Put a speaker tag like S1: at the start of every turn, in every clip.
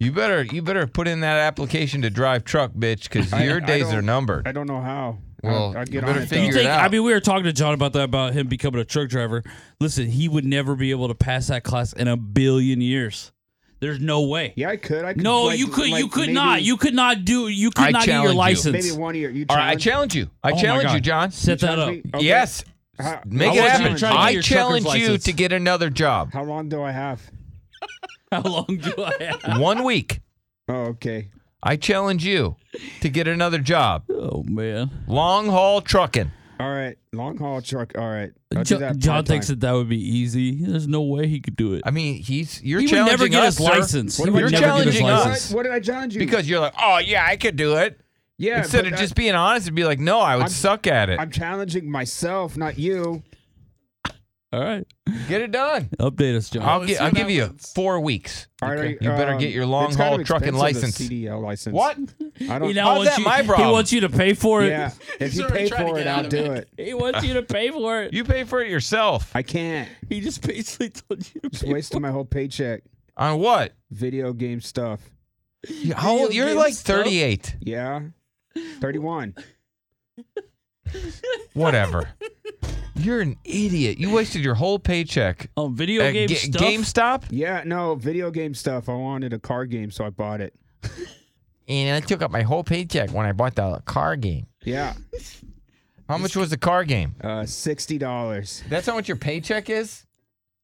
S1: You better you better put in that application to drive truck, bitch, because your
S2: I
S1: days
S2: don't-
S1: are numbered.
S2: I don't know how.
S1: Well,
S2: I, I
S1: you
S2: get on
S1: better
S2: it.
S1: figure
S2: though.
S1: it
S3: Think-
S1: out.
S3: I mean, we were talking to John about that, about him becoming a truck driver. Listen, he would never be able to pass that class in a billion years. There's no way.
S2: Yeah, I could. I could.
S3: no,
S2: like-
S3: you could. you
S2: like,
S3: could
S2: maybe-
S3: not. You could not do. You could
S1: I
S3: not get
S1: challenge
S3: your
S1: you.
S3: license.
S2: Maybe one year. You
S1: All right, I
S2: challenge-
S1: challenge you. I
S3: Oh my
S1: challenge
S3: God.
S1: you, John.
S3: Set that up.
S2: challenge me? Okay.
S1: Yes,
S2: How-
S1: make
S2: how
S1: it
S2: long
S3: have
S2: do
S1: happen.
S3: been
S2: you-
S3: trying to get
S1: I
S3: your trucker's
S1: challenge you
S3: license.
S1: to get another job.
S2: How long do I have?
S3: How long do I have?
S1: One week.
S2: Oh, okay.
S1: I challenge you to get another job.
S3: Oh man,
S1: Long haul trucking.
S2: All right. Long haul truck. All right. I'll do
S3: jo-
S2: that
S3: John
S2: part-time.
S3: thinks that that would be easy. There's no way he could do it.
S1: I mean, he's you're
S3: he would
S1: challenging
S3: never get
S1: us,
S3: his
S1: sir,
S3: license. He
S2: What
S3: would
S1: You're
S3: never get his
S1: challenging us.
S3: license.
S2: What did I challenge you?
S1: because you're like, oh yeah, I could do it.
S2: yeah,
S1: Instead
S2: but
S1: of
S2: I-
S1: just being honest and be like, no, I would
S2: I'm-
S1: suck at it.
S2: I'm challenging myself, not you.
S3: All right,
S1: get it done.
S3: update us, John.
S1: I'll, gi- I'll give you four weeks.
S2: All right. um,
S1: You better get your long
S2: it's kind
S1: haul
S2: of
S1: trucking
S2: expensive,
S1: license.
S2: the CDL license.
S1: What?
S2: I don't.
S3: He now
S1: How's
S3: wants
S1: that
S3: you-
S1: my problem?
S3: He wants you to pay for it.
S2: yeah. If you
S3: already
S2: pay
S3: trying to
S2: for it,
S3: get out
S2: I'll
S3: of
S2: do it.
S3: He wants you to pay for it.
S1: You pay for it yourself.
S2: I can't.
S3: He just basically told you to
S2: Just
S3: pay.
S2: wasting my whole paycheck.
S1: On what?
S2: Video game stuff.
S1: How old?
S3: Video
S1: You're
S3: game
S1: like
S3: stuff.
S1: 38.
S2: Yeah. Thirty-one.
S1: Whatever. You're an idiot. You wasted your whole paycheck.
S3: On Oh, video
S1: at
S3: game
S1: Uh, Ga-
S3: stuff.
S1: GameStop?
S2: Yeah. No. Video game stuff. I wanted a car game, so I bought it.
S1: And I took up my whole paycheck when I bought the car game.
S2: Yeah.
S1: How much was the car game?
S2: Uh, sixty dollars.
S1: That's how much your paycheck is?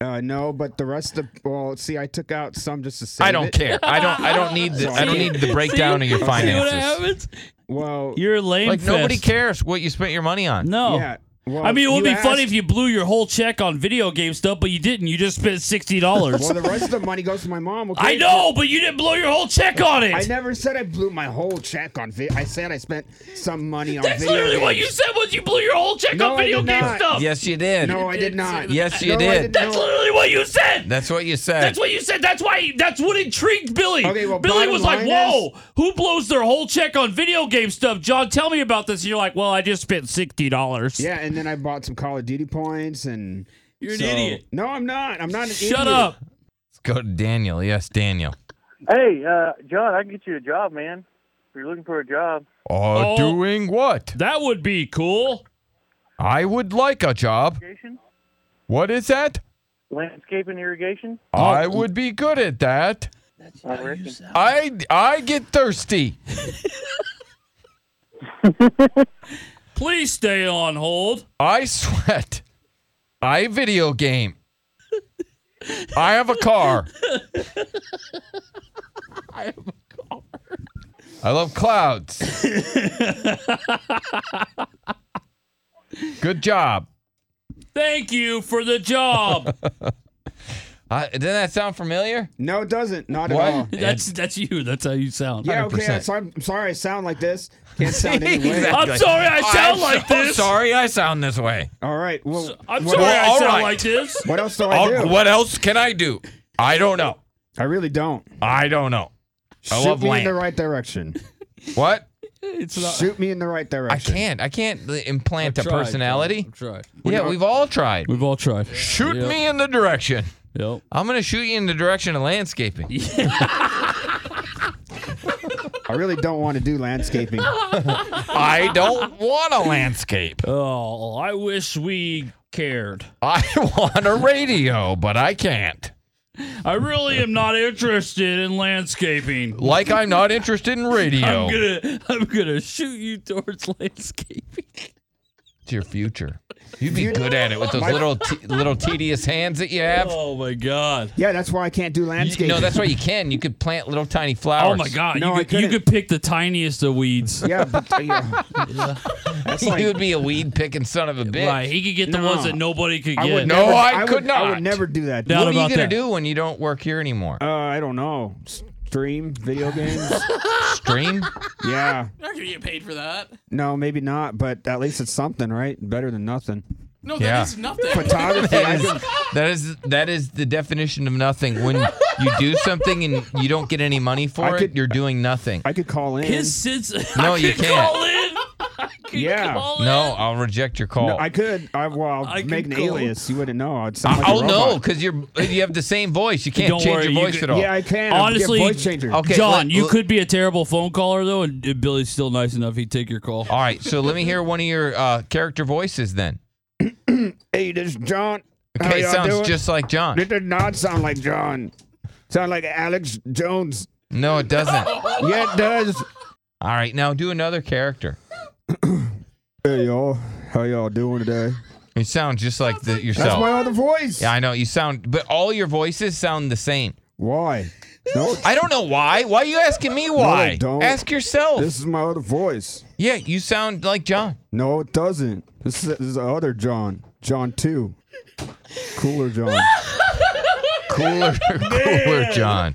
S2: Uh, no, but the rest of well, see, I took out some just to save
S1: I don't
S2: it.
S1: care. I don't I don't need the I don't need the breakdown of your
S3: See what
S1: finances.
S3: happens?
S2: Well,
S3: You're a lame.
S1: Like nobody
S3: fest.
S1: cares what you spent your money on.
S3: No.
S2: yeah. Well,
S3: I mean, it would be funny if
S2: asked-
S3: you blew your whole check on video game stuff, but you didn't. You just spent sixty dollars.
S2: Well, the rest of the money goes to my mom. Okay?
S3: I know, but you didn't blow your whole check on it.
S2: I never said I blew my whole check on video. I said I spent some money on
S3: That's
S2: video.
S3: literally what you
S2: games.
S3: said was you blew your whole check
S2: No,
S3: on
S2: I
S3: video
S2: did
S3: game
S2: not.
S3: stuff.
S1: Yes, you did.
S2: No, I did not.
S1: Yes, you
S2: No, I
S1: did.
S2: didn't.
S3: That's
S2: No.
S3: literally what you said.
S1: That's what you said.
S3: That's what you said. That's why. That's what intrigued Billy.
S2: Okay, well,
S3: Billy
S2: bottom
S3: was like,
S2: line
S3: "Whoa, who blows their whole check on video game stuff?" John, tell me about this. And you're like, "Well, I just spent sixty dollars."
S2: Yeah, and then I bought some Call of Duty points and.
S3: You're an
S2: so-
S3: idiot.
S2: No, I'm not. I'm not an idiot.
S3: Shut up.
S1: Let's go to Daniel. Yes, Daniel.
S4: Hey, uh, John, I can get you a job, man. If you're looking for a job,
S1: Uh,
S3: Oh.
S1: doing what?
S3: That would be cool.
S1: I would like a job.
S4: irrigation,
S1: What is that?
S4: landscaping, irrigation.
S3: Oh.
S1: I would be good at that.
S4: I reckon.
S1: I I get thirsty.
S3: Please stay on hold.
S1: I sweat. I video game. I have a car. I have a car. I love clouds. good job.
S3: Thank you for the job.
S1: I, doesn't that sound familiar?
S2: No, it doesn't. Not
S1: What?
S2: at all.
S3: that's that's you. That's how you sound.
S2: Yeah, okay.
S1: 100%.
S2: I'm sorry, I'm sorry I sound like this. Can't sound any way.
S1: Exactly.
S3: I'm sorry I sound
S1: I'm
S3: like
S1: so
S3: this.
S1: Sorry, I sound this way.
S2: All right. Well,
S3: I'm
S2: what,
S3: sorry
S1: Well,
S3: I
S1: all
S3: sound
S1: right.
S3: like this.
S2: what else do I
S1: I'll-
S2: do?
S1: what else can I do? I don't know.
S2: I really don't.
S1: I don't know. I
S2: Shoot
S1: love
S2: me
S1: lamp.
S2: in the right direction.
S1: What?
S3: It's not.
S2: Shoot me in the right
S1: I
S2: direction.
S1: can't. I can't li- implant a personality.
S3: Tried.
S1: Yeah, we've all tried.
S3: We've all tried.
S1: Shoot me in the direction.
S3: Yep.
S1: I'm gonna shoot you in the direction of landscaping.
S2: I really don't want to do landscaping.
S1: I don't want a landscape.
S3: Oh, I wish we cared.
S1: I want a radio, but I can't.
S3: I really am not interested in landscaping.
S1: Like I'm not interested in radio.
S3: I'm gonna I'm gonna shoot you towards landscaping.
S1: It's your future. You'd be good at it with those little t- little tedious hands that you have.
S3: Oh my god.
S2: Yeah, that's why I can't do
S1: You,
S2: landscaping.
S1: no, that's why you can. You could plant little tiny flowers.
S3: Oh my god.
S2: No, I
S3: you, could, you
S2: couldn't.
S3: could pick the tiniest of weeds.
S2: yeah, but uh, yeah. that's
S1: you
S2: like,
S1: would be a weed picking son of a bitch.
S3: Right. He could get the
S2: No.
S3: ones that nobody could
S2: I
S3: get.
S2: would
S1: No,
S2: never,
S1: I
S2: would-
S1: could
S2: I
S1: not.
S2: would never do that.
S3: No.
S1: What are you
S3: about
S1: gonna
S3: that.
S1: do when you don't work here anymore?
S2: Uh, I don't know. S- stream video games.
S1: Stream?
S2: yeah.
S5: You're not gonna get paid for that.
S2: No, maybe not, but at least it's something, right? Better than nothing.
S5: No,
S1: Yeah.
S5: that is nothing.
S2: Photography. I can-
S1: That is that is the definition of nothing. When you do something and you don't get any money for
S2: I
S1: it,
S2: could-
S1: you're doing nothing.
S2: I could call in.
S3: His sense.
S1: No,
S3: I
S1: you
S3: could
S1: can't.
S3: Call in. I could
S2: Yeah.
S3: Call in.
S1: no, I'll reject your call.
S2: No, I could. I well,
S3: I
S2: I'd make an
S3: could call.
S2: alias. You wouldn't know. I'd sound like a
S1: oh no,
S2: robot.
S1: because you're you have the same voice. You can't
S3: Don't
S1: change
S3: worry,
S1: your
S3: you
S1: voice at
S3: could-
S1: all.
S2: Yeah, I can. I'll get
S3: Honestly,
S2: voice changer.
S1: Okay,
S3: John,
S1: let-
S3: you
S1: let-
S3: could be a terrible phone caller though, and uh, Billy's still nice enough he'd take your call.
S1: All right, so let me hear one of your uh, character voices then.
S2: Hey, this is John. How
S1: Okay,
S2: y'all
S1: sounds
S2: doing?
S1: just like John.
S2: It did not sound like John. Sound like Alex Jones.
S1: No, it doesn't. All
S2: Yeah, it does.
S1: right, now do another character.
S2: Hey y'all, how y'all doing today?
S1: You sound just like the,
S2: That's
S1: yourself.
S2: my other voice.
S1: yeah, I know you sound, but all your voices sound the same.
S2: Why? No,
S1: I don't know why. Why are you asking me why?
S2: don't.
S1: Ask yourself.
S2: this is my other voice.
S1: yeah, you sound like John.
S2: No, it doesn't. This is, this is the other John. John two. Cooler John.
S1: Cooler, cooler John.